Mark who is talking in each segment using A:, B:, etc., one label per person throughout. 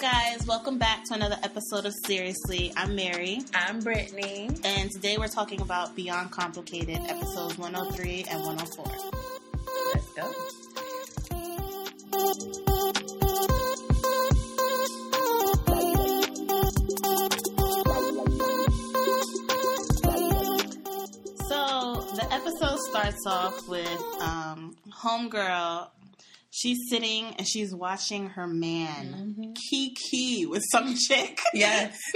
A: guys, welcome back to another episode of Seriously. I'm Mary,
B: I'm Brittany.
A: and today we're talking about Beyond Complicated, episodes 103 and 104.
B: Let's go.
A: So the episode starts off with um, Homegirl. She's sitting and she's watching her man,
B: Mm-hmm.
A: Kiki, with some chick.
B: Yes.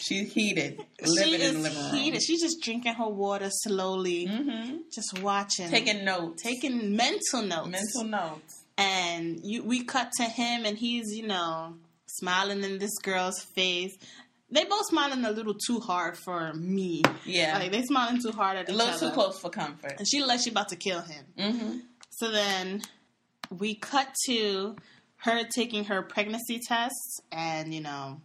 B: She's heated.
A: she
B: Living
A: is
B: in the living room.
A: heated. She's just drinking her water slowly,
B: Mm-hmm.
A: just watching.
B: Taking notes.
A: taking mental notes.
B: mental notes.
A: and you, we cut to him and he's you know smiling in this girl's face they both smiling a little too hard for me
B: Yeah.
A: like they smiling too hard at
B: a
A: each
B: little
A: other
B: too close for comfort.
A: and she like she about to kill him
B: Mm-hmm.
A: so then we cut to her taking her pregnancy test and you know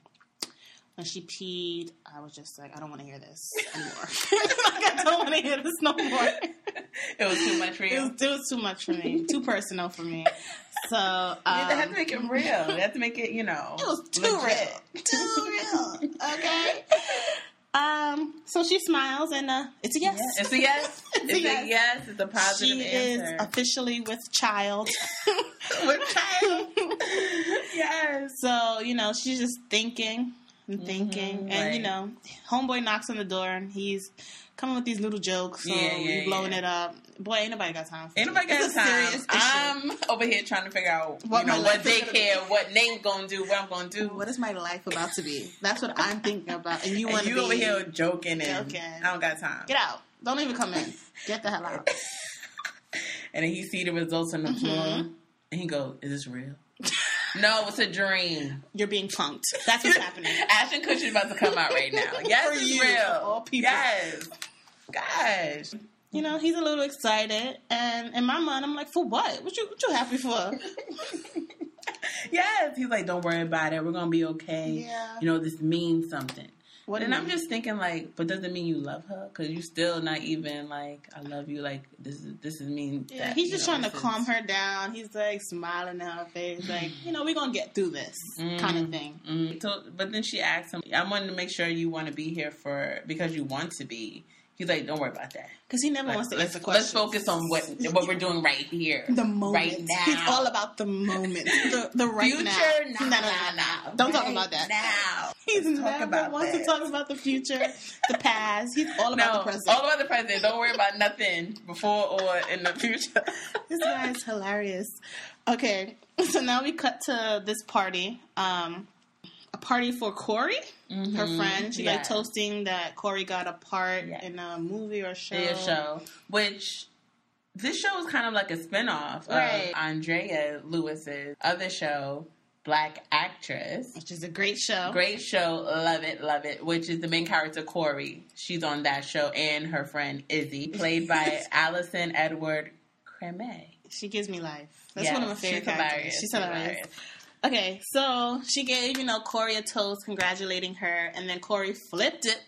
A: when she peed i was just like i don't want to hear this anymore like, i don't want to hear this no more
B: It was too much for
A: it
B: you.
A: was, it was too much for me, too personal for me. So um,
B: they have to make it real. They have to make it, Um, you know.
A: it was too
B: legit.
A: real, too real. Okay. Um. So she smiles and uh, it's a yes.
B: Yes. It's a yes. It's, a yes.
A: yes.
B: It's a positive
A: She
B: answer.
A: is officially with child.
B: With child. yes.
A: so you know she's just thinking and thinking,
B: Mhm,
A: and you
B: right.
A: know, homeboy knocks on the door and he's coming with these little jokes. So
B: Yeah, yeah,
A: we blowing
B: yeah.
A: it up. Boy, ain't nobody got time. For
B: Ain't nobody
A: this. It's
B: got
A: a serious
B: time.
A: issue.
B: I'm over here trying to figure out
A: What
B: what, you
A: my
B: know, what
A: life is gonna be.
B: daycare, what name gonna do, what I'm gonna do.
A: What is my life about to be? That's what I'm thinking about. And you
B: and
A: want to
B: you
A: be
B: over here joking and
A: Joking.
B: I don't got time.
A: Get out. Don't even come in. Get the hell out.
B: And then he see the results
A: Mm-hmm.
B: on the floor and he go, Is this real? no, it's a dream.
A: You're being punked. That's what's happening.
B: Ashton Kutcher's about to come out right now. Yes,
A: For
B: it's
A: you,
B: real.
A: for all people.
B: Yes. Gosh.
A: You know, he's a little excited, and in my mind, I'm like, for what? What you what you happy for?
B: Yes. He's like, Don't worry about it. We're gonna be okay.
A: Yeah.
B: You know, this means something.
A: What?
B: and I'm just thinking like, but doesn't mean you love her because you still not even like I love you. Like this is this is mean.
A: Yeah,
B: that,
A: he's
B: you
A: just
B: know,
A: trying to
B: this is-
A: calm her down. He's like smiling in her face, like you know, we're gonna get through this kind of thing.
B: Mm. So, but then she asked him, I wanted to make sure you want to be here for because you want to be. He's like, don't worry about that.
A: Because he never
B: Like,
A: wants to
B: let's,
A: answer
B: let's
A: questions.
B: focus on what what we're doing right here,
A: the moment.
B: right now.
A: He's all about the moment. The, the right
B: future.
A: now. No,
B: Nah, nah,
A: no, no.
B: nah.
A: Don't talk
B: Right
A: about that.
B: now.
A: He's
B: talk
A: never
B: about
A: wants to
B: that.
A: talk about the future, the past. He's all about
B: no,
A: the present.
B: all about the present. Don't worry about nothing before or in the future.
A: this guy is hilarious. Okay, so now we cut to this party. Um, a party for Corey, her friend. She like
B: Mm-hmm. yes.
A: toasting that Corey got a part
B: Yeah.
A: in a movie or show.
B: Their show, which this show is kind of like a spinoff
A: Right.
B: of Andrea Lewis's other show, Black Actress.
A: which is a great show.
B: Great show, love it, love it. Which is the main character Corey. She's on that show, and her friend Izzy, played by Allison Edward Creme.
A: She gives me life. That's
B: Yes,
A: one of my favorite
B: she's
A: characters.
B: hilarious,
A: She's hilarious. Okay, so she gave you know Corey a toast congratulating her, and then Corey flipped it.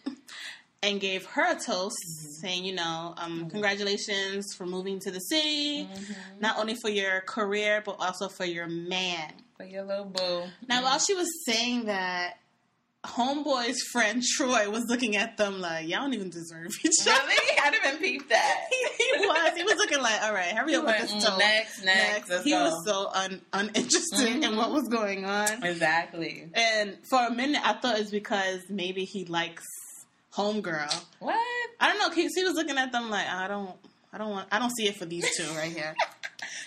A: And gave her a toast
B: Mm-hmm.
A: saying, you know, um, congratulations for moving to the city.
B: Mm-hmm.
A: not only for your career but also for your man.
B: For your little boo.
A: Now, while she was saying that, homeboy's friend Troy was looking at them like, "Y'all don't even deserve each other."
B: really? I didn't even peep that.
A: he was. He was looking like, "All right, hurry
B: He
A: up with
B: went,
A: this
B: mm,
A: toast."
B: next, next. let's
A: He
B: go. Mm-hmm.
A: was so un- uninterested in what was going on.
B: exactly.
A: And for a minute, I thought it's because maybe he likes homegirl.
B: What?
A: I don't know. 'cause He was looking at them like, "I don't, I don't want, I don't see it for these two right here."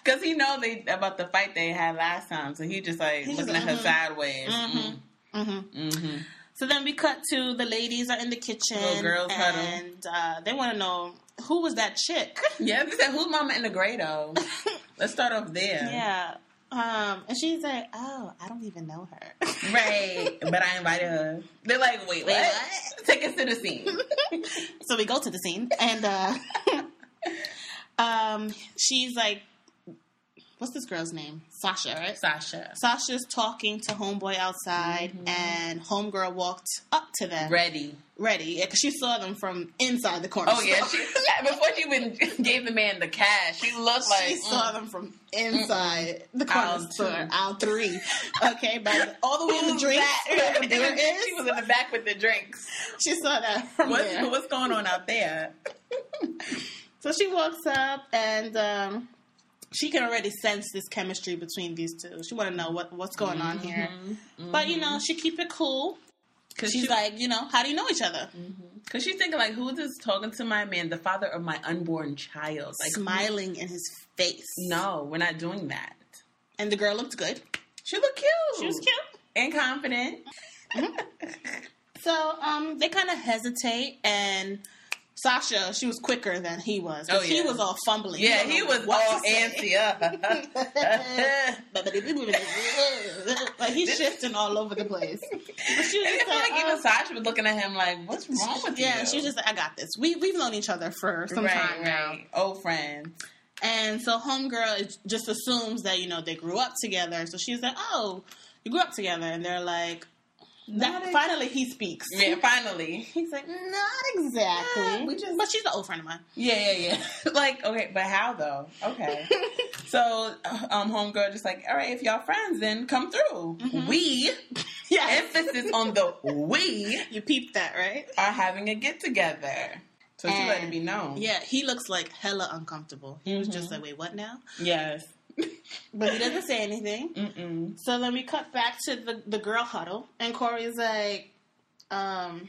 B: Because he know they about the fight they had last time, so he just like
A: He just
B: looking
A: like,
B: at her
A: mhm.
B: sideways.
A: Mhm.
B: Mm.
A: hmm
B: hmm
A: So then we cut to the ladies are in the kitchen.
B: Little girls huddle.
A: and uh, they want to know who was that chick.
B: Yeah, they said who's mama in the grado? Let's start off there.
A: yeah. Um, and she's like, "Oh, I don't even know her."
B: Right. But I invited her. They're like, wait,
A: Wait,
B: what?
A: what?
B: Take us to the scene.
A: so we go to the scene, and uh, um, she's like, what's this girl's name? Sasha, right?
B: Sasha.
A: Sasha's talking to homeboy outside,
B: Mm-hmm.
A: and homegirl walked up to them,
B: Ready.
A: ready, because she saw them from inside the corner.
B: Oh yeah,
A: store.
B: she, before she even gave the man the cash, she looked like mm,
A: she saw them from inside the corner
B: Aisle two.
A: store, aisle three. Okay, oh, by all the way in the drinks, where the beer
B: She
A: is.
B: was in the back with the drinks.
A: She saw that from
B: What's,
A: there.
B: what's going on out there?
A: So she walks up and um, she can already sense this chemistry between these two. She want to know what, what's going on here.
B: Mm-hmm.
A: But, you know, she keep it cool.
B: Cause
A: She's
B: she's like,
A: like, you know, how do you know each other?
B: Mm-hmm. cause she's thinking like, who is this talking to my man, the father of my unborn child? Like,
A: Smiling in his face.
B: no, we're not doing that.
A: And the girl looked good.
B: She looked cute.
A: She was cute.
B: and confident.
A: So um, they kind of hesitate and... Sasha, she was quicker than he was. 'cause
B: Oh, yeah.
A: He was all fumbling.
B: Yeah,
A: don't
B: he
A: know
B: was
A: what to
B: all
A: say.
B: antsy up.
A: like he's shifting all over the place. But she was
B: And I
A: just
B: feel
A: like,
B: like even
A: uh,
B: Sasha was looking at him like, "What's wrong with you?"
A: yeah, she was just like, I got this. We we've known each other for some
B: right,
A: time now,
B: right. old friend.
A: and so homegirl is- just assumes that you know they grew up together. So she's like, oh, you grew up together, and they're like, that,
B: Not
A: finally he speaks.
B: Yeah, finally.
A: He's like, not exactly.
B: Yeah, we just-
A: But she's an old friend of mine.
B: Yeah, yeah, yeah. like, okay, but how though? Okay. so, um, homegirl just like, all right, if y'all friends, then come through.
A: Mm-hmm.
B: We
A: Yeah,
B: emphasis on the we
A: you peeped that, right?
B: are having a get together. So she let it
A: And-
B: be known.
A: Yeah, he looks like hella uncomfortable. He was just
B: Mhm.
A: like, wait, what now?
B: Yes.
A: But he doesn't say anything.
B: Mm-mm.
A: So then we cut back to the, the girl huddle, and Corey's like, um,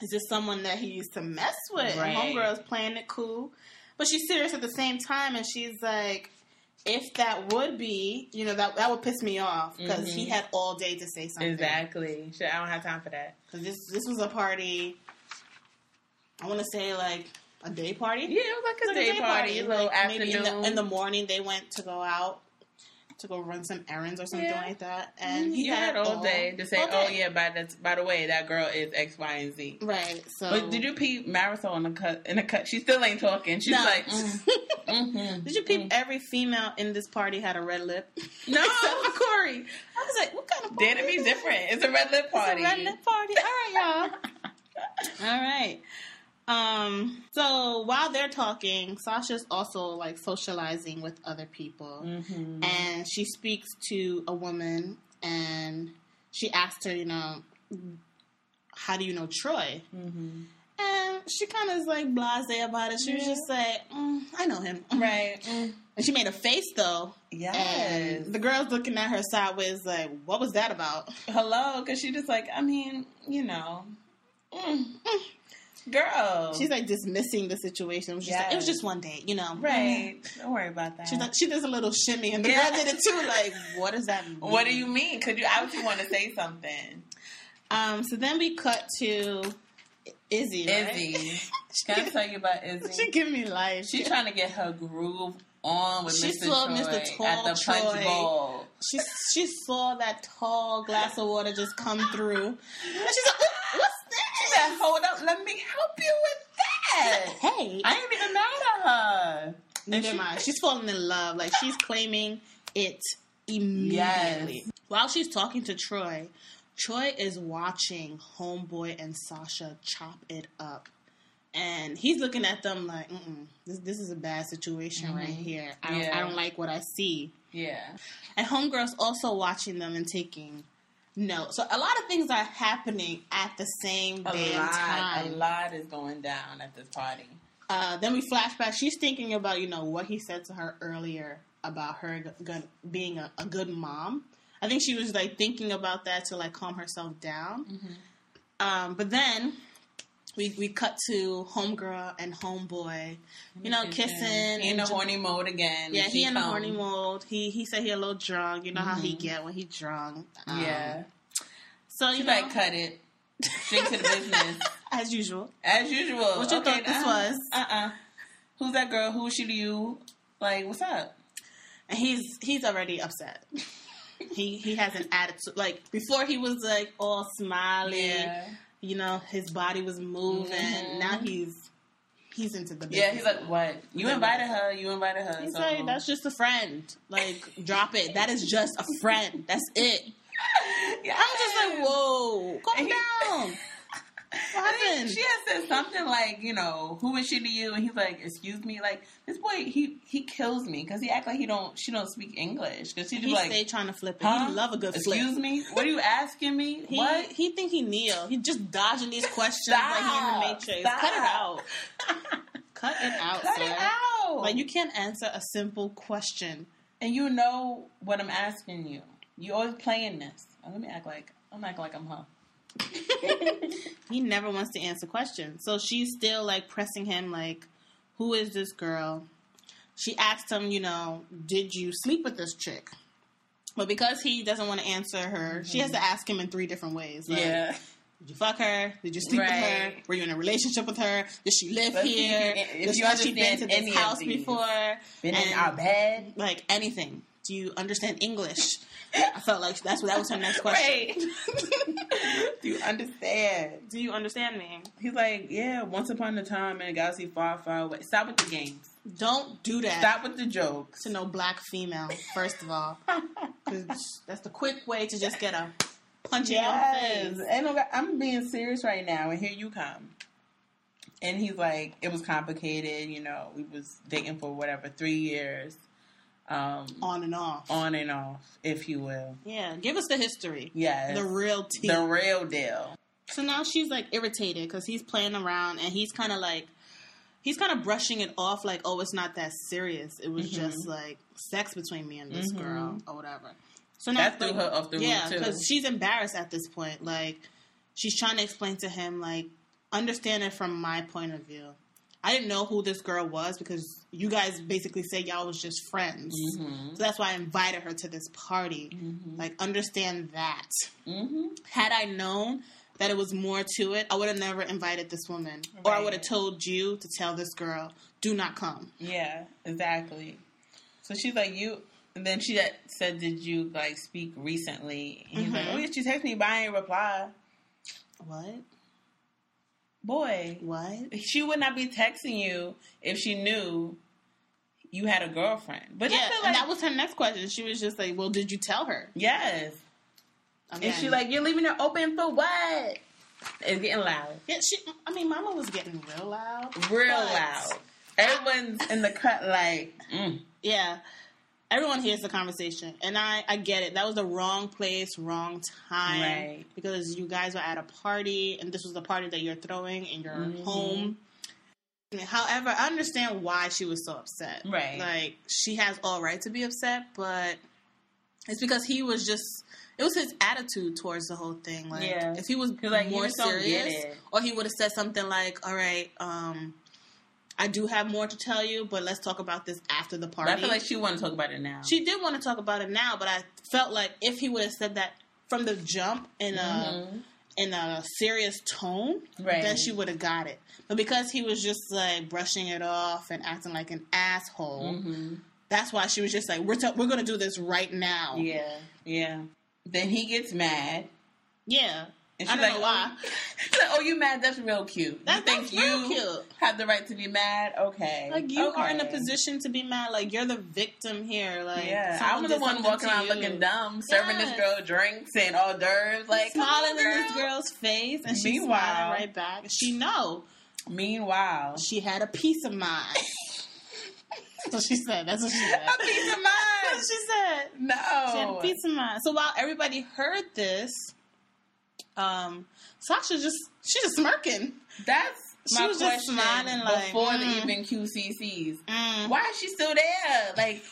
A: is this someone that he used to mess with?
B: Right.
A: And Homegirl's playing it cool. But she's serious at the same time, and she's like, if that would be, you know, that, that would piss me off because
B: Mhm.
A: he had all day to say something.
B: Exactly. Shit, I don't have time for that.
A: 'Cause this, this was a party, I want to say like a day party.
B: Yeah, it was like a
A: It's
B: day, party, a little
A: like,
B: afternoon.
A: maybe in the, in the morning they went to go out to go run some errands or something
B: Yeah.
A: like that,
B: and
A: and
B: he had
A: it
B: all day to say,
A: all
B: "Oh
A: day.
B: yeah, by the by the way, that girl is X, Y, and Z."
A: right." So
B: But did you peep Marisol in the cut? In the cut, she still ain't talking. She's
A: No.
B: like, mm, mhm,
A: did you peep?
B: mm.
A: Every female in this party had a red lip.
B: No,
A: except for Corey. I was like, "What kind of party
B: did it be
A: is
B: different? It's a red lip
A: this? It's
B: party.
A: a red lip party. All right, y'all. all right." Um. So while they're talking, Sasha's also like socializing with other people.
B: Mhm.
A: and she speaks to a woman and she asked her, you know, how do you know Troy?
B: Mhm.
A: And she kind of is like blase about it. She was
B: Yeah.
A: just like, mm, I know him.
B: Right. Mm.
A: And she made a face though.
B: Yes.
A: And the girl's looking at her sideways like, what was that about?
B: Hello, because she just like, I mean, you know, mm, mm. girl.
A: She's like dismissing the situation. It was just, like, it was
B: Yes.
A: just one day, you know. Mm-hmm.
B: right. mm-hmm. Don't worry about that.
A: She's like, she does a little shimmy and the
B: Yeah.
A: girl did it too. Like, what does that mean?
B: what do you mean? Could you obviously want to say something?
A: Um, so then we cut to Izzy. right?
B: Izzy. Can I tell you about Izzy?
A: She give me life.
B: She's trying to get her groove on with
A: She
B: Mr.
A: saw
B: Troy
A: Mr.
B: at the
A: Tall
B: punch
A: Troy.
B: bowl.
A: She she saw that tall glass of water just come through. And she's like, "What- what's
B: She
A: that?
B: said, "Hold up, let me help you with that."
A: Hey.
B: I ain't even mad at her.
A: Never mind. She's falling in love. Like she's claiming it immediately.
B: Yes.
A: While she's talking to Troy, Troy is watching Homeboy and Sasha chop it up. And he's looking at them like, Mm-mm, this, this is a bad situation right here. I don't, I
B: Yeah.
A: don't like what I see.
B: Yeah,
A: and homegirls also watching them and taking notes. So a lot of things are happening at the same
B: a
A: damn
B: lot,
A: time.
B: a lot is going down at this party.
A: Uh, then we flash back. She's thinking about you know what he said to her earlier about her g- gon- being a, a good mom. I think she was like thinking about that to like calm herself down.
B: Mm-hmm.
A: Um, but then we we cut to homegirl and homeboy, you know, kissing.
B: He in
A: and
B: a
A: jo-
B: horny mode again.
A: yeah,
B: She
A: he in the
B: come.
A: horny
B: Mm-hmm.
A: mode. He he said he a little drunk. You know how he get when he drunk. Um,
B: Yeah,
A: So you
B: she
A: know,
B: like cut it straight to the business
A: as usual.
B: as usual.
A: What you thought this was?
B: Uh uh Who's that girl? Who is she to you? Like, what's up?
A: And he's he's already upset. he he has an attitude. Like before, he was like all smiley. You know, his body was moving.
B: Mhm.
A: Now he's he's into the business.
B: Yeah, he's like, what? You invited her. You invited her.
A: He's
B: so
A: like, that's just a friend. Like, drop it. That is just a friend. That's it.
B: yeah.
A: I'm just like, whoa, calm
B: And he-
A: down. What
B: I think
A: happened?
B: She had said something like, you know, who is she to you? And he's like, excuse me, like this boy, he he kills me because he act like he don't she don't speak English because she just
A: He
B: like,
A: stay trying to flip it.
B: huh?
A: He love a good flip.
B: excuse me, what are you asking me?
A: He,
B: what?
A: he think he Neo. He just dodging these questions like he in the
B: Stop.
A: Matrix.
B: Stop.
A: Cut it out. Cut it out.
B: Cut
A: sir.
B: it out.
A: Like you can't answer a simple question.
B: and you know what I'm asking you. You always playing this. Oh, let me act like I'm acting like I'm her.
A: He never wants to answer questions. So she's still like pressing him, like, who is this girl? She asked him, you know, did you sleep with this chick? But because he doesn't want to answer her, she has to
B: Mm-hmm.
A: ask him in three different ways. Like, Did you fuck her? Did you sleep with her?
B: Right.
A: Were you in a relationship with her? Did she live
B: Let's see if
A: here?
B: you- if
A: Does
B: you
A: has she been
B: understand
A: to this
B: any of
A: house
B: these.
A: before?
B: Been in
A: And,
B: our bed.
A: like anything. Do you understand English? I felt like that's that was her next question.
B: Right. Do you understand?
A: Do you understand me?
B: He's like, yeah, once upon a time in a galaxy far, far away. Stop with the games.
A: Don't do that
B: Stop with the jokes.
A: to no black female, first of all. 'Cause that's the quick way to just get a punch in your face.
B: And I'm- I'm being serious right now, and here you come. And he's like, it was complicated, you know, we was dating for whatever, three years. Um,
A: On and off.
B: on and off, if you will.
A: Yeah, give us the history.
B: Yes.
A: The
B: The,
A: real tea.
B: real deal.
A: So now she's like irritated because he's playing around and he's kind of like, he's kind of brushing it off like, oh, it's not that serious. It was
B: Mhm.
A: just like sex between me and this
B: Mhm.
A: girl or whatever. So now
B: That threw her off the
A: yeah,
B: roof, too.
A: because she's embarrassed at this point. Like she's trying to explain to him, like understand it from my point of view. I didn't know who this girl was because you guys basically said y'all was just friends.
B: Mm-hmm.
A: So that's why I invited her to this party.
B: Mm-hmm.
A: Like understand that
B: Mm-hmm.
A: had I known that it was more to it, I would have never invited this woman. Or I
B: Right.
A: would have told you to tell this girl, do not come.
B: Yeah, exactly. So she's like, you. And then she that said, did you like speak recently? And he's like,
A: Mhm.
B: oh yeah, she texted me, but I ain't reply.
A: What?
B: Boy,
A: What?
B: she would not be texting you if she knew you had a girlfriend. But
A: Yeah,
B: I feel
A: and
B: like,
A: that was her next question. She was just like, well, did you tell her?
B: yes.
A: Again.
B: And she like, you're leaving her open for what? It's getting loud,
A: yeah, she, I mean, mama was getting real loud.
B: real
A: But-
B: loud. Everyone's in the cut, like, mm.
A: Yeah. Everyone hears the conversation, and I, I get it. That was the wrong place, wrong time,
B: Right.
A: because you guys were at a party, and this was the party that you're throwing in your
B: Mhm.
A: home. However, I understand why she was so upset.
B: Right.
A: like she has all right to be upset, but it's because he was just. It was his attitude towards the whole thing. Like,
B: Yeah.
A: if he was
B: He's like, you
A: more
B: just don't get
A: serious,
B: it.
A: or he would have said something like, "All right, um, I do have more to tell you, but let's talk about this after the
B: But
A: party."
B: I feel like she want to talk about it now.
A: She did want to talk about it now, but I felt like if he would have said that from the jump in a
B: Mhm.
A: in a serious tone,
B: Right.
A: then she would have got it. But because he was just like brushing it off and acting like an asshole,
B: Mhm.
A: that's why she was just like, "We're t- we're gonna do this right now."
B: Yeah, yeah. Then he gets mad.
A: Yeah.
B: And
A: I don't
B: she's like,
A: know why.
B: Oh. She's like, oh, you mad? That's real cute.
A: That-
B: you think
A: that's real
B: you
A: cute.
B: have the right to be mad? Okay.
A: Like you are in a
B: Okay.
A: position to be mad. Like you're the victim here. Like
B: Yeah,
A: someone
B: I'm the
A: did
B: one
A: something
B: walking
A: to
B: around
A: you.
B: looking dumb, serving
A: Yes.
B: this girl drinks and hors d'oeuvres, like come
A: smiling
B: on,
A: in this girl's face, and she's
B: Meanwhile-
A: smiling right back. She know
B: Meanwhile,
A: she had a peace of mind. That's what she said. That's what she said.
B: a piece
A: That's
B: of mind. Oh.
A: what she said. She had a
B: No,
A: peace of mind. So while everybody heard this, um, Sasha just she just smirking.
B: that's
A: She
B: my
A: was just
B: question.
A: smiling, like,
B: before
A: mm.
B: the even QCCs,
A: Mm.
B: why is she still there? Like,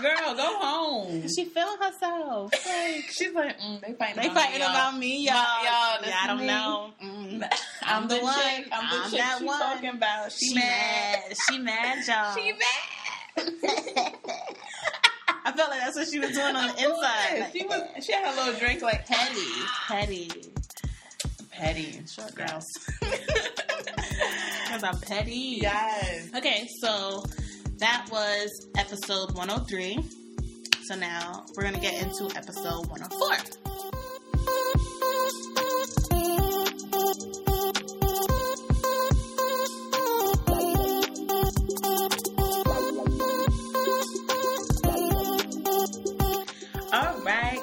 B: girl, go home.
A: She feeling herself.
B: like, she's like, mm, they fighting.
A: They
B: about me,
A: fighting
B: y'all.
A: about me, y'all.
B: Y'all,
A: Yeah,
B: this
A: I don't
B: me.
A: know. Mm.
B: I'm the,
A: the
B: one.
A: chick.
B: I'm the
A: I'm
B: chick
A: that
B: she
A: one.
B: talking about. She, mad.
A: She mad, y'all.
B: She mad.
A: I felt like that's what she was doing on the
B: Of course.
A: inside. Like,
B: she was. She had her little drink like
A: petty, petty,
B: petty.
A: short girls. Cause I'm petty.
B: Yes.
A: Okay, so that was episode 103. So now we're gonna get into episode 104.
C: Thank you.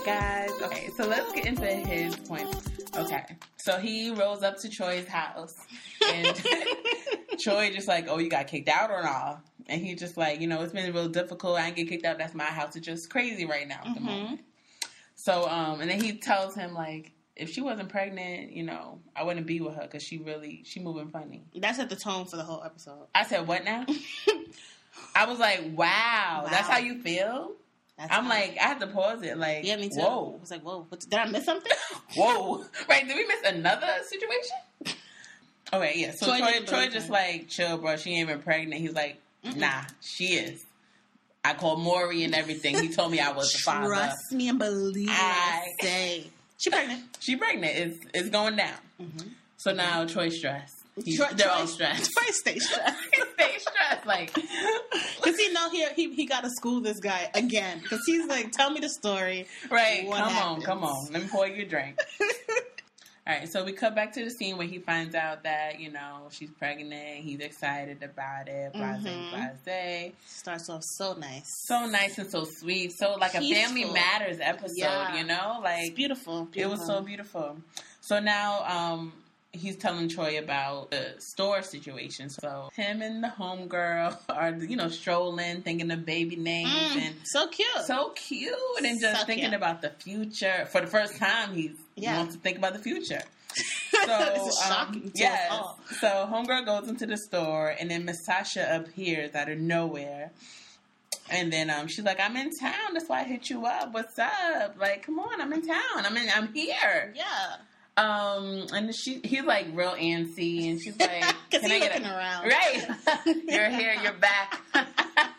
B: let's get into his point. Okay, so he rolls up to Troy's house, and Troy just like, "Oh, you got kicked out or not?" And he just like, "You know, it's been real difficult. I didn't get kicked out. That's my house. It's just crazy right now at the
A: Mhm.
B: moment." So, um, and then he tells him like, "If she wasn't pregnant, you know, I wouldn't be with her because she really she moving funny."
A: That set the tone for the whole episode.
B: I said, "What now?" I was like, wow, that's
A: Wow.
B: how you feel."
A: That's
B: I'm
A: how-
B: like, I had to pause it. Like,
A: yeah, me too. I
B: Whoa,
A: was like, whoa, what, did I miss something?
B: whoa. Right? Did we miss another situation? Okay, yeah. So
A: Troy
B: Troy, Troy,
A: did both,
B: just
A: yeah.
B: like, chill, bro. She ain't even pregnant. He's like,
A: Mm-mm.
B: nah, she is. I called Maury and everything. He told me I was the father.
A: Trust me and believe what I
B: I-
A: say. She pregnant.
B: She pregnant. It's it's going down.
A: Mhm.
B: So now Troy's stressed. He's,
A: Troy-
B: Mm-hmm. they're
A: Troy-
B: all stressed.
A: Troy stay stressed.
B: they stressed. Like,
A: Cause he know he he, he got to school this guy again. Cause he's like, tell me the story.
B: Right.
A: What
B: come
A: happens?
B: on, come on. Let me pour you a drink. All right, so we cut back to the scene where he finds out that, you know, she's pregnant. He's excited about it. Blase,
A: Mhm.
B: blase.
A: Starts off so nice.
B: So nice and so sweet. So, like, a Family
A: Peaceful.
B: Matters episode,
A: Yeah.
B: you know? Like,
A: It's beautiful,
B: it was so
A: beautiful.
B: beautiful. So now um, he's telling Troy about the store situation. So him and the homegirl are, you know, strolling, thinking of baby names
A: Mm,
B: and
A: so cute.
B: so cute and just
A: So
B: thinking
A: cute.
B: about the future for the first time he
A: Yeah.
B: wants to think about the future so
A: this is
B: um,
A: shocking to
B: yes.
A: us all.
B: so homegirl goes into the store and then miss sasha appears out of nowhere and then um, she's like i'm in town that's why i hit you up what's up like come on i'm in town i'm in i'm here
A: Yeah,
B: um and she he's like real antsy and she's like
A: because
B: can i
A: he's
B: get
A: looking
B: a
A: around.
B: right you're here you're back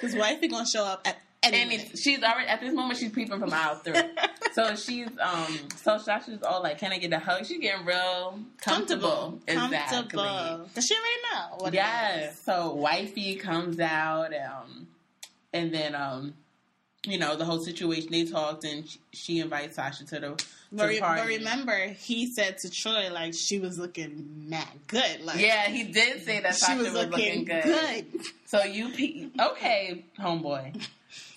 A: His wife is gonna show up at any.
B: And
A: minute.
B: it's, she's already at this moment she's peeping from aisle three. so she's um so Sasha's all like, Can I get a hug? She's getting real comfortable. Exactly.
A: Comfortable. Does she already know? What it
B: yes.
A: is?
B: So wifey comes out, um and then um you know, the whole situation they talked and she, she invites Sasha to the, to
A: But,
B: the
A: re-
B: party.
A: but remember, he said to Troy like she was looking mad good. Like
B: yeah, he did say that
A: she
B: Sasha
A: was, looking, good.
B: So you, pe- okay, homeboy.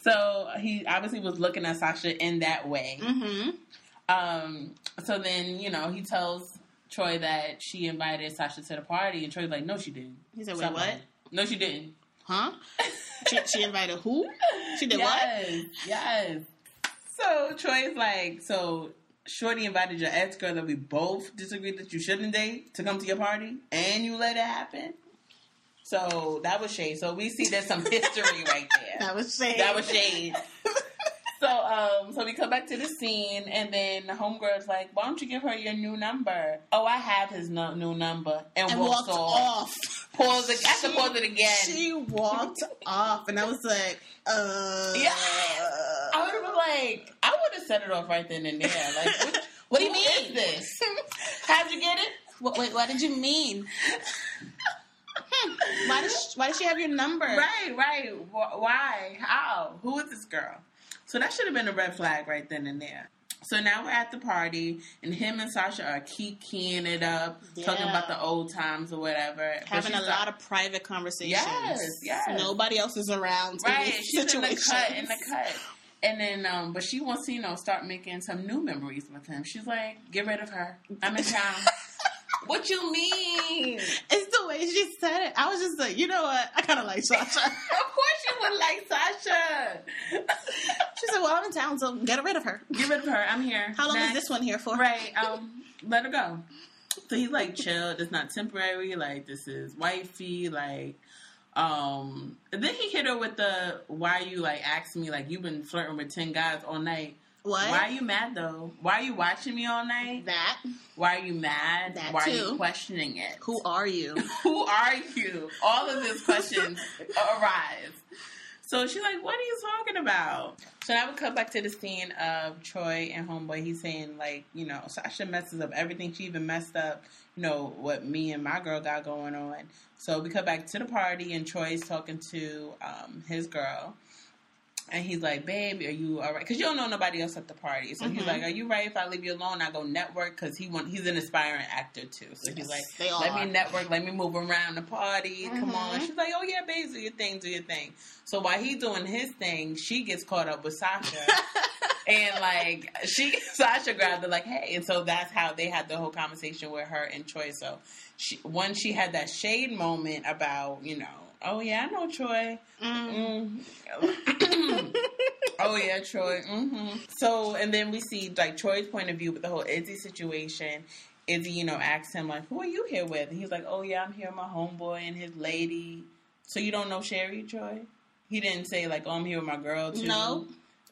B: So he obviously was looking at Sasha in that way.
A: Mm-hmm.
B: Um, so then, you know, he tells Troy that she invited Sasha to the party, and Troy's like, no, she didn't.
A: He said, "Wait,
B: Something
A: what?
B: like- No, she didn't.
A: Huh? she, she invited who? She did what?
B: yes, Yes. So Troy's like, so Shorty invited your ex girl that we both disagreed that you shouldn't date to come to your party, and you let it happen. So that was shade. So we see there's some history right there.
A: That was shade.
B: That was shade. so um, so we come back to the scene, and then the homegirl's like, "Why don't you give her your new number?" Oh, I have his nu- new number, and,
A: And
B: walks,
A: walked
B: off.
A: off.
B: Pause it. I have to
A: She-
B: pause it again.
A: She walked off, and I was like, uh.
B: Yeah. I would have been like, I would have set it off right then and there. Like, what,
A: What do you
B: who
A: mean?
B: Is this? How'd you get it?
A: What, wait, what did you mean? Hmm. why, does she, why does she have your number?
B: Right, right. Wh- Why? How? Who is this girl? So that should have been a red flag right then and there. So now we're at the party, and him and Sasha are keying it up, talking
A: Yeah.
B: about the old times or whatever. But
A: Having a
B: she's
A: lot
B: like-
A: of private conversations.
B: Yes, yes.
A: Nobody else is around. in
B: right.
A: these
B: She's in the cut, in
A: situations.
B: the cut. And then, um, but she wants to, you know, start making some new memories with him. She's like, "Get rid of her. I'm in town." what you mean?
A: It's the way she said it. I was just like, you know what? I kind of like Sasha.
B: of course, you would like Sasha.
A: she said, well, I'm in town, so get rid of her.
B: Get rid of her. I'm here.
A: How long
B: Next.
A: is this one here for?
B: Right. Um, let her go. So he's like, chill. It's not temporary. Like this is wifey. Like, um. And then he hit her with the why you like ask me like you've been flirting with ten guys all night.
A: What?
B: Why are you mad though? Why are you watching me all night?
A: that?
B: Why are you mad?
A: That
B: why are
A: too.
B: you questioning it?
A: Who are you?
B: Who are you? All of these questions arise. So she's like, "What are you talking about?" So now we cut back to the scene of Troy and Homeboy. He's saying like, you know, Sasha messes up everything. She even messed up, you know, what me and my girl got going on. So we cut back to the party, and Troy's talking to um, his girl. And he's like, babe, are you all right? Because you don't know nobody else at the party. So he's
A: Mhm.
B: like, are you right if I leave you alone? I go network because he want, he's an aspiring actor too. So he's
A: Yes,
B: like,
A: they
B: let
A: are.
B: me network, let me move around the party. Come on.
A: Mhm.
B: She's like, oh yeah, babe, do your thing, do your thing. So while he's doing his thing, she gets caught up with Sasha. and like she Sasha grabbed her like, hey, and so that's how they had the whole conversation with her and Troy. So she, once she had that shade moment about you know, oh yeah, I know Troy. Mm. oh yeah, Troy. hmm So and then we see like Troy's point of view with the whole Izzy situation. Izzy, you know, asks him like, "Who are you here with?" And he's like, "Oh yeah, I'm here with my homeboy and his lady." So you don't know Sherry, Troy? He didn't say like, "Oh, I'm here with my girl too."
A: No.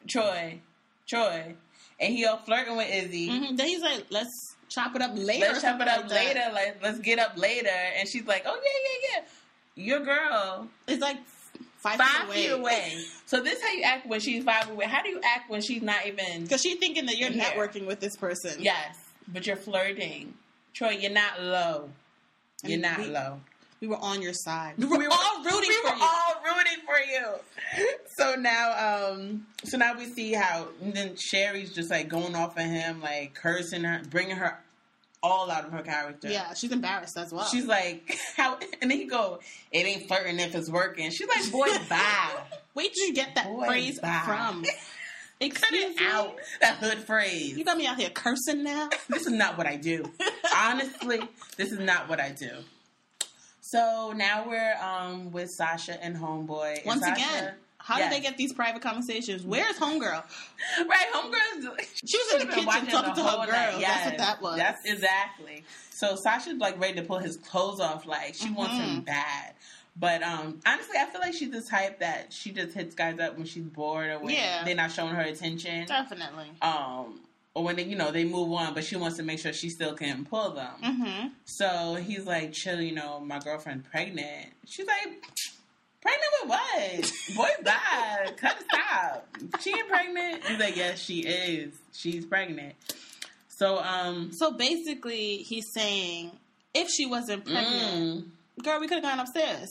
B: Troy, Troy, and he all flirting with Izzy.
A: hmm Then he's like, let's chop it up later. or
B: Let's chop
A: something
B: it up
A: like that.
B: later. Like, let's get up later. And she's like, "Oh yeah, yeah, yeah." Your girl
A: It's like five,
B: five
A: feet
B: feet away. So this how you act when she's five away. How do you act when she's not even?
A: Because she's thinking that you're
B: Yeah.
A: networking with this person.
B: Yes, but you're flirting, Troy. You're not low. You're
A: And
B: not
A: we-
B: low.
A: We were on your side.
B: We were, all
A: rooting
B: we
A: for
B: were
A: you.
B: all rooting for you. So now, um, so now we see how and then Sherry's just like going off at him, like cursing her, bringing her all out of her character.
A: Yeah, she's embarrassed as well.
B: She's like, how? And then he go, it ain't flirting if it's working. She's like, boy, bye.
A: Where did you get that
B: Boy,
A: phrase
B: bye.
A: from?
B: Cut
A: Excuse
B: it
A: me?
B: out. That hood phrase.
A: You got me out here cursing now.
B: this is not what I do. Honestly, this is not what I do. So now we're um with Sasha and Homeboy. And
A: Once
B: Sasha-
A: again, how
B: Yes.
A: did they get these private conversations? Where's homegirl?
B: right? Homegirls.
A: She was in the
B: been watching
A: kitchen talking to
B: the
A: her
B: whole
A: girl.
B: night.
A: That's what
B: Yes,
A: that was.
B: That's exactly. So Sasha's like ready to pull his clothes off. Like she wants
A: Mm-hmm.
B: him bad. But um, honestly, I feel like she's the type that she just hits guys up when she's bored or when
A: Yeah.
B: they're not showing her attention.
A: Definitely.
B: Um, or when they, you know they move on, but she wants to make sure she still can pull them.
A: Mm-hmm.
B: So he's like, chill, you know, my girlfriend pregnant. She's like, pregnant with what? Boy, bye. Cut it, stop. She ain't pregnant. He's like, yes, she is. She's pregnant. So, um,
A: So basically, he's saying if she wasn't pregnant,
B: mm,
A: girl, we could have gone upstairs.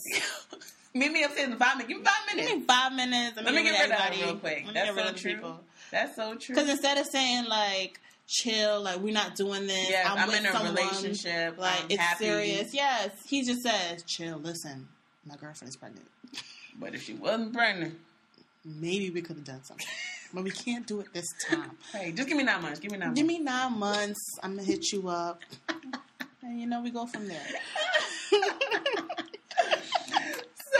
B: meet me upstairs in five minutes. Give me five
A: Give
B: minutes.
A: me five minutes.
B: Let me get rid of her
A: everybody.
B: real quick.
A: Let me
B: That's
A: get rid
B: so
A: of the
B: true.
A: people.
B: That's so true.
A: Because instead of saying like chill, like we're not doing this.
B: Yes, I'm,
A: with
B: in a
A: someone,
B: relationship.
A: Like
B: I'm
A: it's
B: happy.
A: serious. Yes, he just says chill. Listen, my girlfriend is pregnant.
B: But if she wasn't pregnant,
A: Maybe we could have done something, but we can't do it this time.
B: hey, just give me nine months. Give me nine
A: Give
B: months.
A: me nine months. I'm gonna hit you up, and you know we go from there.
B: So,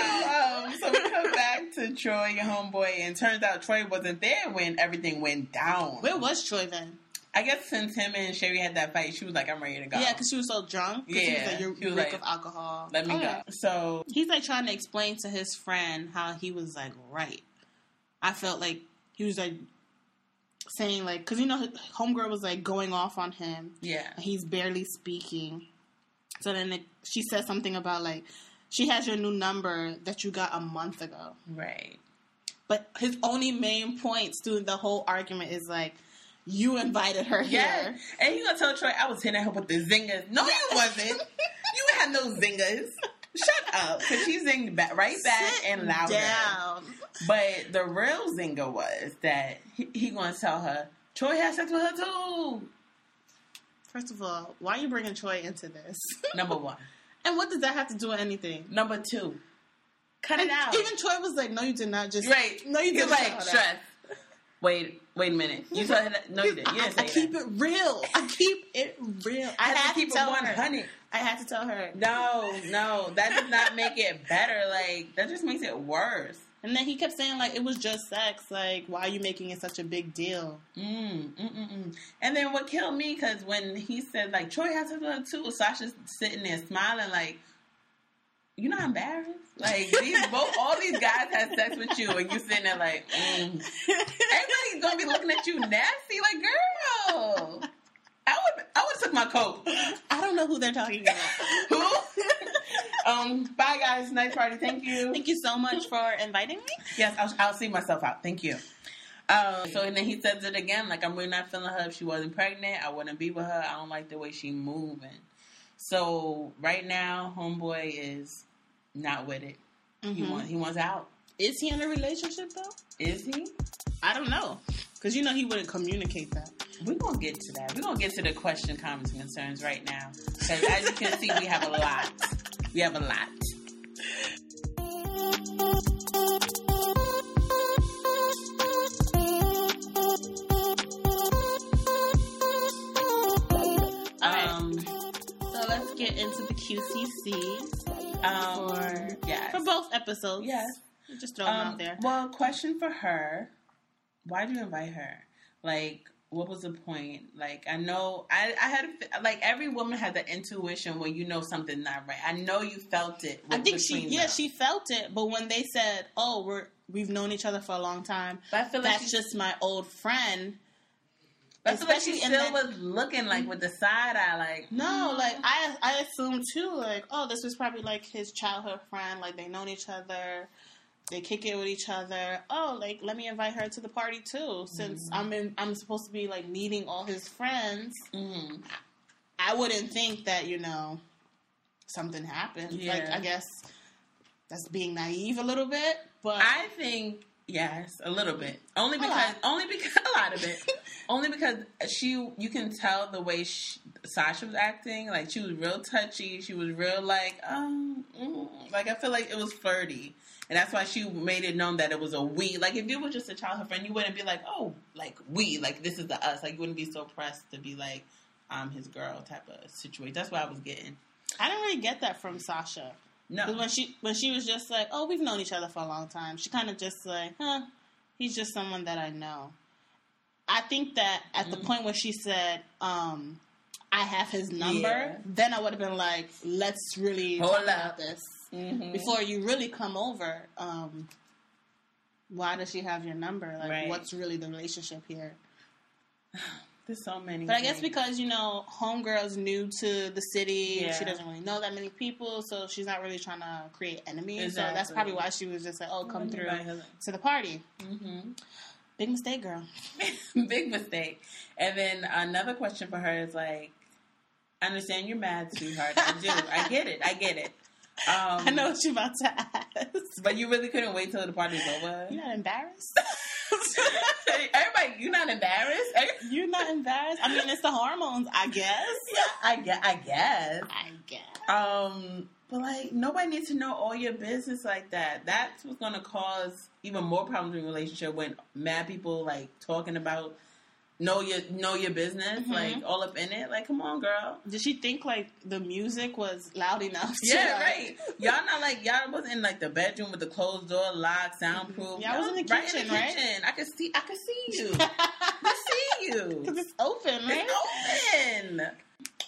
B: um, so we come back to Troy, your homeboy, and turns out Troy wasn't there when everything went down.
A: Where was Troy then?
B: I guess since him and Sherry had that fight, she was like, "I'm ready to go.
A: Yeah, because she was so drunk. 'cause he was
B: Yeah,
A: like, you're
B: he was
A: weak
B: like,
A: of alcohol.
B: let me
A: Okay.
B: go." So
A: He's like trying to explain to his friend how he was like right. I felt like he was like saying like because you know his- homegirl was like going off on him.
B: yeah,
A: and He's barely speaking. So then it, she says something about like she has your new number that you got a month ago.
B: right.
A: But his only main points through the whole argument is like you invited her
B: Yeah,
A: here.
B: and you gonna tell Troy I was hitting her with the zingers? No, you wasn't. you had no zingers. Shut up, because she zinged back, right back
A: Sit
B: and louder.
A: down.
B: But the real zinger was that he, he gonna tell her Troy had sex with her too.
A: First of all, why are you bringing Troy into this?
B: Number one.
A: and what does that have to do with anything?
B: Number two. Cut it
A: And
B: out.
A: Even Troy was like, "No, you did not just
B: Right.
A: No, you
B: You're
A: didn't
B: like,
A: tell her
B: stress.
A: that.
B: Wait, wait a minute. You told her that? No, you didn't. You
A: I,
B: didn't
A: I
B: say
A: keep
B: that.
A: it real. I keep it real. I,
B: I
A: had
B: have to keep it
A: tell her.
B: 100.
A: I had to tell her.
B: No, no. That does not make it better. Like, that just makes it worse.
A: And then he kept saying like it was just sex. Like why are you making it such a big deal?
B: Mm, mm, mm, mm. And then what killed me, because when he said, like, Troy has to go too, Sasha's sitting there smiling, like, you're not embarrassed? Like, these both, all these guys had sex with you, and you sitting there like, mm. Everybody's gonna be looking at you nasty, like girl. I would I would have took my coat.
A: I don't know who they're talking about.
B: Who? um. Bye, guys. Nice party. Thank you.
A: Thank you so much for inviting me.
B: Yes, I'll I'll see myself out. Thank you. Um, so and then he says it again, like I'm really not feeling her. If she wasn't pregnant, I wouldn't be with her. I don't like the way she moving. So right now, homeboy is not with it. He
A: Mhm.
B: wants he wants out.
A: Is he in a relationship though?
B: Is he?
A: I don't know, because you know he wouldn't communicate that.
B: We're gonna get to that. We're gonna get to the question, comments, and concerns right now. Because as you can see, we have a lot. We have a lot.
A: Um,
B: Um,
A: get into the QCC
B: Um,
A: for,
B: yes.
A: for both episodes.
B: Yes.
A: Just throw them
B: Um,
A: out there.
B: Well, question for her: Why did you invite her? Like, what was the point? Like, I know I, I had a- like every woman had the intuition when you know something not right. I know you felt it.
A: I
B: with-
A: think she,
B: between
A: yeah,
B: them.
A: she felt it, but when they said, "Oh, we're we've known each other for a long time,"
B: But I feel like
A: that's
B: she,
A: just my old friend.
B: but I feel like she
A: especially in
B: still
A: that- Mm.
B: was looking like with the side eye, like
A: No, like I, I assumed too. Like, oh, this was probably like his childhood friend. Like they known each other, they kick it with each other. Oh, like let me invite her to the party too, since I'm in. I'm supposed to be like meeting all his friends.
B: mm,
A: I wouldn't think that you know something happened. Like
B: Yeah.
A: I guess that's being naive a little bit, but
B: I think yes, a little bit. Only
A: A
B: because
A: lot.
B: only because a lot of it. only because she you can tell the way she, Sasha was acting. Like she was real touchy. She was real like um mm. like I feel like it was flirty. And that's why she made it known that it was a we. Like if it was just a childhood friend, you wouldn't be like, oh, like we, like this is the us. Like you wouldn't be so pressed to be like, I'm his girl type of situation. That's what I was getting.
A: I didn't really get that from Sasha.
B: No,
A: Because when she when she was just like, oh, we've known each other for a long time, she kind of just like, huh, he's just someone that I know. I think that at the
B: Mhm.
A: point where she said, um, I have his number,
B: Yeah.
A: then I would have been like, let's really
B: Hold
A: talk about
B: up.
A: this
B: Mhm.
A: before you really come over. Um, why does she have your number? Like,
B: Right.
A: what's really the relationship here?
B: there's so many.
A: But I guess
B: things.
A: because you know, homegirl's new to the city, and she
B: Yeah.
A: doesn't really know that many people, so she's not really trying to create enemies. So that's
B: Exactly.
A: probably why she was just like, "Oh, come through
B: through.
A: to the party."
B: hmm
A: Big mistake, girl.
B: big mistake. And then another question for her is like, I understand you're mad, sweetheart. I do. I get it. I get it. Um,
A: I know what you're about to ask.
B: But you really couldn't wait till the party's over.
A: You're not embarrassed.
B: Everybody, you're not embarrassed. Every-
A: You're not embarrassed. I mean, it's the hormones, I guess.
B: Yeah, I guess. I guess.
A: I guess.
B: Um, but like nobody needs to know all your business like that. That's what's gonna cause even more problems in a relationship when mad people like talking about know your know your business,
A: Mhm.
B: like all up in it. Like, come on, girl.
A: Did she think like the music was loud enough? to,
B: Yeah,
A: like-
B: right. Y'all not like y'all wasn't in like the bedroom with the closed door, locked, soundproof.
A: Mhm. Y'all was in the kitchen, right?
B: I could see. I could see you. I see
A: Because
B: you.
A: it's open, right?
B: It's open.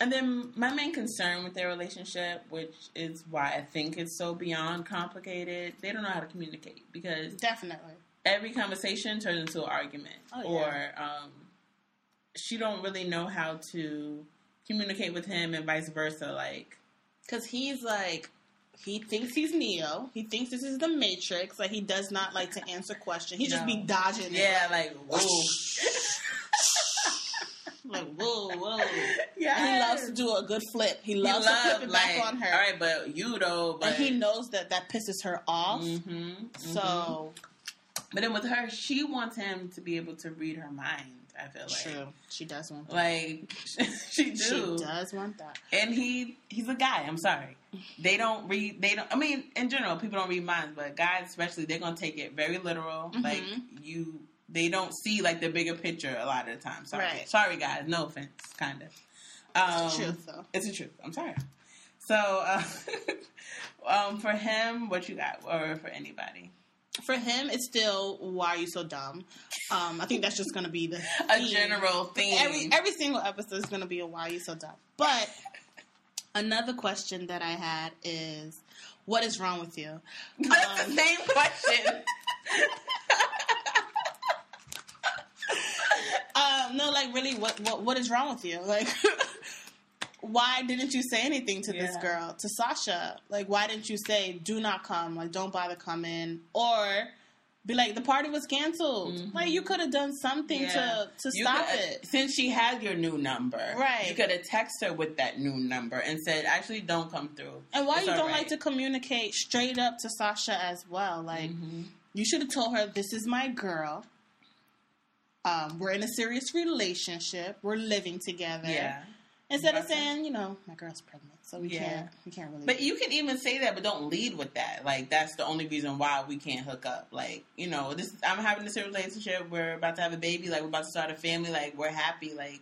B: And then my main concern with their relationship, which is why I think it's so beyond complicated, they don't know how to communicate because
A: Definitely.
B: every conversation turns into an argument
A: Oh, yeah.
B: or um, she don't really know how to communicate with him and vice versa like
A: Because he's like, he thinks he's Neo. He thinks this is the Matrix. Like, he does not like to answer questions. He just be
B: No.
A: dodging
B: yeah like whoa
A: it. Like, whoa, whoa.
B: Yeah,
A: And he loves to do a good flip. He loves to flip it back on her.
B: All right, but you though, but
A: And he knows that that pisses her off.
B: Mhm, mhm.
A: So,
B: but then with her, she wants him to be able to read her mind. I feel like,
A: true. She does want that.
B: like she do,
A: She does want that.
B: and he he's a guy. I'm sorry, they don't read. They don't. I mean, in general, people don't read minds, but guys especially, they're gonna take it very literal.
A: Mm-hmm.
B: Like you, they don't see like the bigger picture a lot of the time. Sorry,
A: Right.
B: sorry, guys. No offense, kind of. Um,
A: True, though.
B: It's the truth. I'm sorry. So, uh, um, for him, what you got, or for anybody?
A: For him, it's still, why are you so dumb? Um, I think that's just going to be the
B: A
A: theme.
B: general theme.
A: Every every single episode is gonna be a why you so dumb. But another question that I had is, what is wrong with you?
B: That's
A: um,
B: the same question.
A: Um, no, like really, what what what is wrong with you? Like, why didn't you say anything to this
B: Yeah.
A: girl, to Sasha? Like, why didn't you say, do not come, like, don't bother coming, or be like, the party was canceled.
B: Mhm.
A: Like, you could have done something
B: Yeah.
A: to to
B: You
A: stop
B: could-
A: it.
B: Since she has your new number,
A: Right.
B: You could have texted her with that new number and said, "Actually, don't come through."
A: And why
B: It's
A: you don't
B: alright.
A: like to communicate straight up to Sasha as well? Like,
B: Mhm.
A: You should have told her, This is my girl. Um, we're in a serious relationship. We're living together.
B: Yeah,
A: Instead of
B: Okay.
A: saying, you know, my girl's pregnant, so we
B: Yeah.
A: can't we can't really
B: but you can even say that, but don't lead with that. Like that's the only reason why we can't hook up. Like you know, this I'm having this relationship. We're about to have a baby. Like we're about to start a family. Like we're happy. Like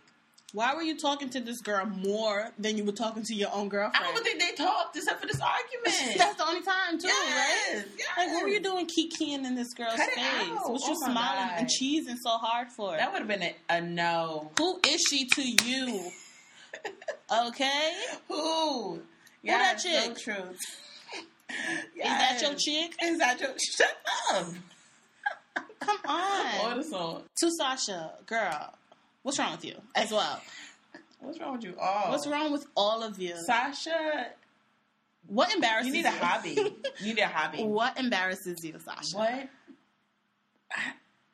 A: Why were you talking to this girl more than you were talking to your own girlfriend?
B: I don't think they talked except for this argument.
A: That's the only time too,
B: Yes,
A: right?
B: yes.
A: Like what were you doing kikiing in this girl's
B: Cut it
A: face?
B: out.
A: What you
B: Oh my
A: smiling
B: God.
A: and cheesing so hard for?
B: that would have been a, a no.
A: Who is she to you? okay?
B: Who?
A: that
B: so
A: chick?
B: true.
A: Is that your
B: Yes.
A: chick?
B: Is that your shut up?
A: Come on.
B: Order song.
A: to Sasha, girl, what's wrong with you as well?
B: What's wrong with you all?
A: What's wrong with all of you?
B: Sasha?
A: What embarrasses
B: You need a hobby. You need a hobby.
A: what embarrasses you, Sasha?
B: What? I-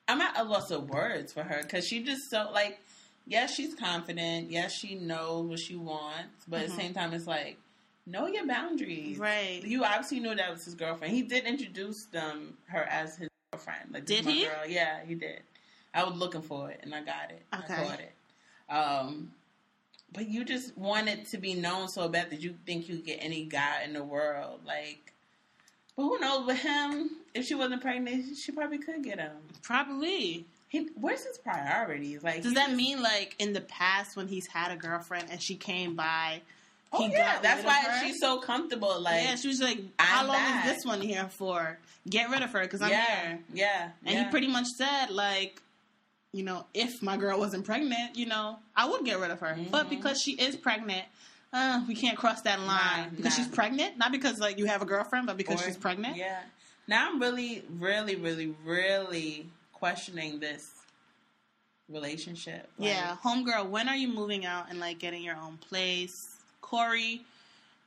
B: I'm at a loss of words for her because she just so like, yes, she's confident. Yes, she knows what she wants, but at
A: Mhm.
B: the same time, it's like, know your boundaries.
A: Right.
B: You obviously knew that was his girlfriend. He did introduce them her as his girlfriend. Like, this
A: Did
B: is my
A: he?
B: Girl. Yeah, he did. I was looking for it and I got it.
A: Okay.
B: I caught it. Um, but you just want it to be known so bad that you think you get any guy in the world. Like, but who knows with him? If she wasn't pregnant, she probably could get him.
A: Probably.
B: He, where's his priorities? Like,
A: Does
B: he
A: that
B: just-
A: mean like in the past when he's had a girlfriend and she came by?
B: Oh
A: he
B: yeah,
A: got
B: that's
A: rid of
B: why
A: her?
B: she's so comfortable. Like,
A: yeah, she was like, "How
B: I'm
A: long
B: back."
A: is this one here for? Get rid of her because I'm
B: yeah,
A: here."
B: yeah,
A: And
B: yeah.
A: he pretty much said like, you know, if my girl wasn't pregnant, you know, I would get rid of her. But
B: Mhm.
A: because she is pregnant, uh, we can't cross that line because
B: nah.
A: she's pregnant. Not because like you have a girlfriend, but because
B: Or-
A: she's pregnant.
B: Yeah. Now I'm really, really, really, really questioning this relationship. Like,
A: Yeah, homegirl, when are you moving out and like getting your own place? Corey,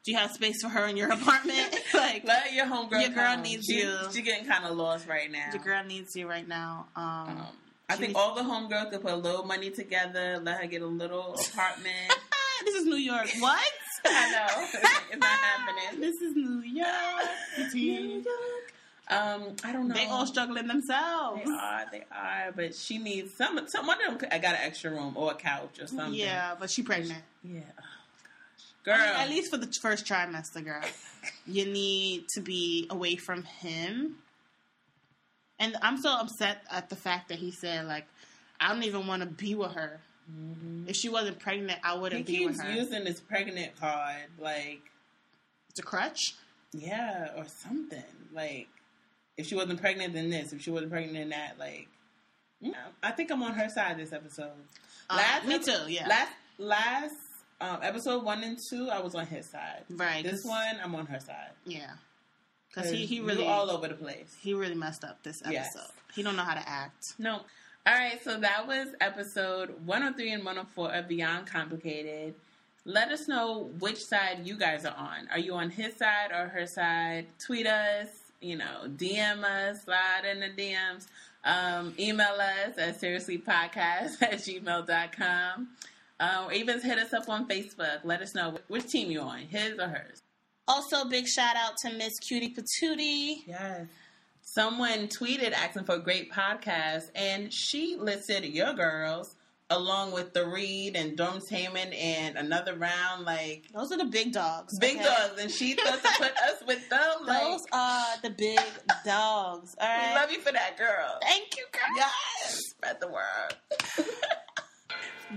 A: do you have space for her in your apartment? like,
B: Let your homegirl.
A: Your girl
B: come.
A: needs
B: She-
A: you.
B: She getting kind of lost right now.
A: your girl needs you right now. Um,
B: Um, I
A: She
B: think
A: needs-
B: all the homegirls could put a little money together. Let her get a little apartment.
A: ah, this is New York. What?
B: I know it's not happening.
A: This is New York.
B: New Um, I don't know.
A: They all struggling themselves.
B: They are. They are. But she needs some. Some one of them. could- I got an extra room or a couch or something.
A: Yeah, but she pregnant.
B: Yeah. Oh, gosh. Girl.
A: At least for the first trimester, girl. you need to be away from him. And I'm so upset at the fact that he said, like, I don't even want to be with her.
B: Mhm.
A: If she wasn't pregnant, I
B: He
A: wouldn't be
B: keeps
A: with her.
B: using his pregnant card, like
A: it's a crutch.
B: yeah, or something. Like if she wasn't pregnant, then this. If she wasn't pregnant, then that. Like mm, I think I'm on her side this episode.
A: Uh,
B: Last
A: me
B: epi-
A: too, yeah.
B: Last last um, episode one and two, I was on his side.
A: right.
B: This one, I'm on her side
A: Yeah. Because he, he
B: we
A: really
B: were all over the place.
A: he really messed up this episode.
B: Yes.
A: He don't know how to act.
B: No. All right, so that was episode 103 and 104 of Beyond Complicated. Let us know which side you guys are on. Are you on his side or her side? Tweet us, you know, DM us, slide in the DMs, um, email us at seriouslypodcast at gmail.com, um, or even hit us up on Facebook. Let us know which team you're on, his or hers.
A: Also, big shout out to Miss Cutie Patootie.
B: Yes. Someone tweeted asking for a great podcast, and she listed your girls along with the Reed and Dormtainment and another round, like
A: Those are the big dogs.
B: big
A: okay?
B: dogs. And she thought to put us with them. Like,
A: Those are the big dogs. All
B: we
A: right.
B: love you for that, girl.
A: Thank you, girl.
B: Yes, spread the word.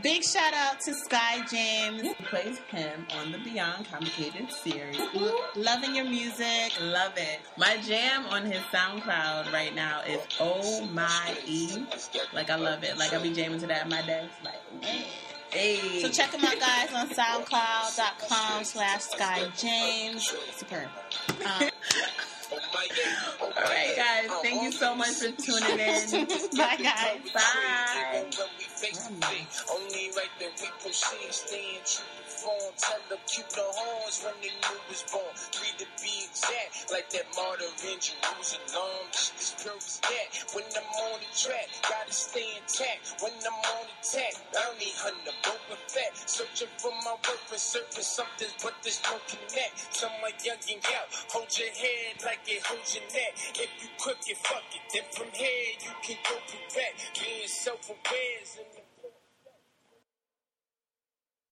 A: Big shout out to Sky James.
B: She plays him on the Beyond Complicated series.
A: Lo- loving your music.
B: Love it. My jam on his SoundCloud right now is Oh My E. Like I love it. Like I be jamming to that in my day. It's Like, hey.
A: So check them out, guys, on SoundCloud.com slash Sky James. Superb. Um,
B: All right, guys. Thank you so much for tuning in.
A: bye, guys.
B: Bye.
C: Only right that we proceed, staying true to form. Tell the cute the horns when the new was born. Three to be exact, like that martyr in Jerusalem. Just as pure as that. When I'm on the track, gotta stay intact. When I'm on attack, I don't need hunter, broken fat. Searching for my work and searching something, but there's no connect. Some are young and out. Hold your head like it holds your neck. If you cook it, fuck it. Then from here, you can go back. Being self aware is in the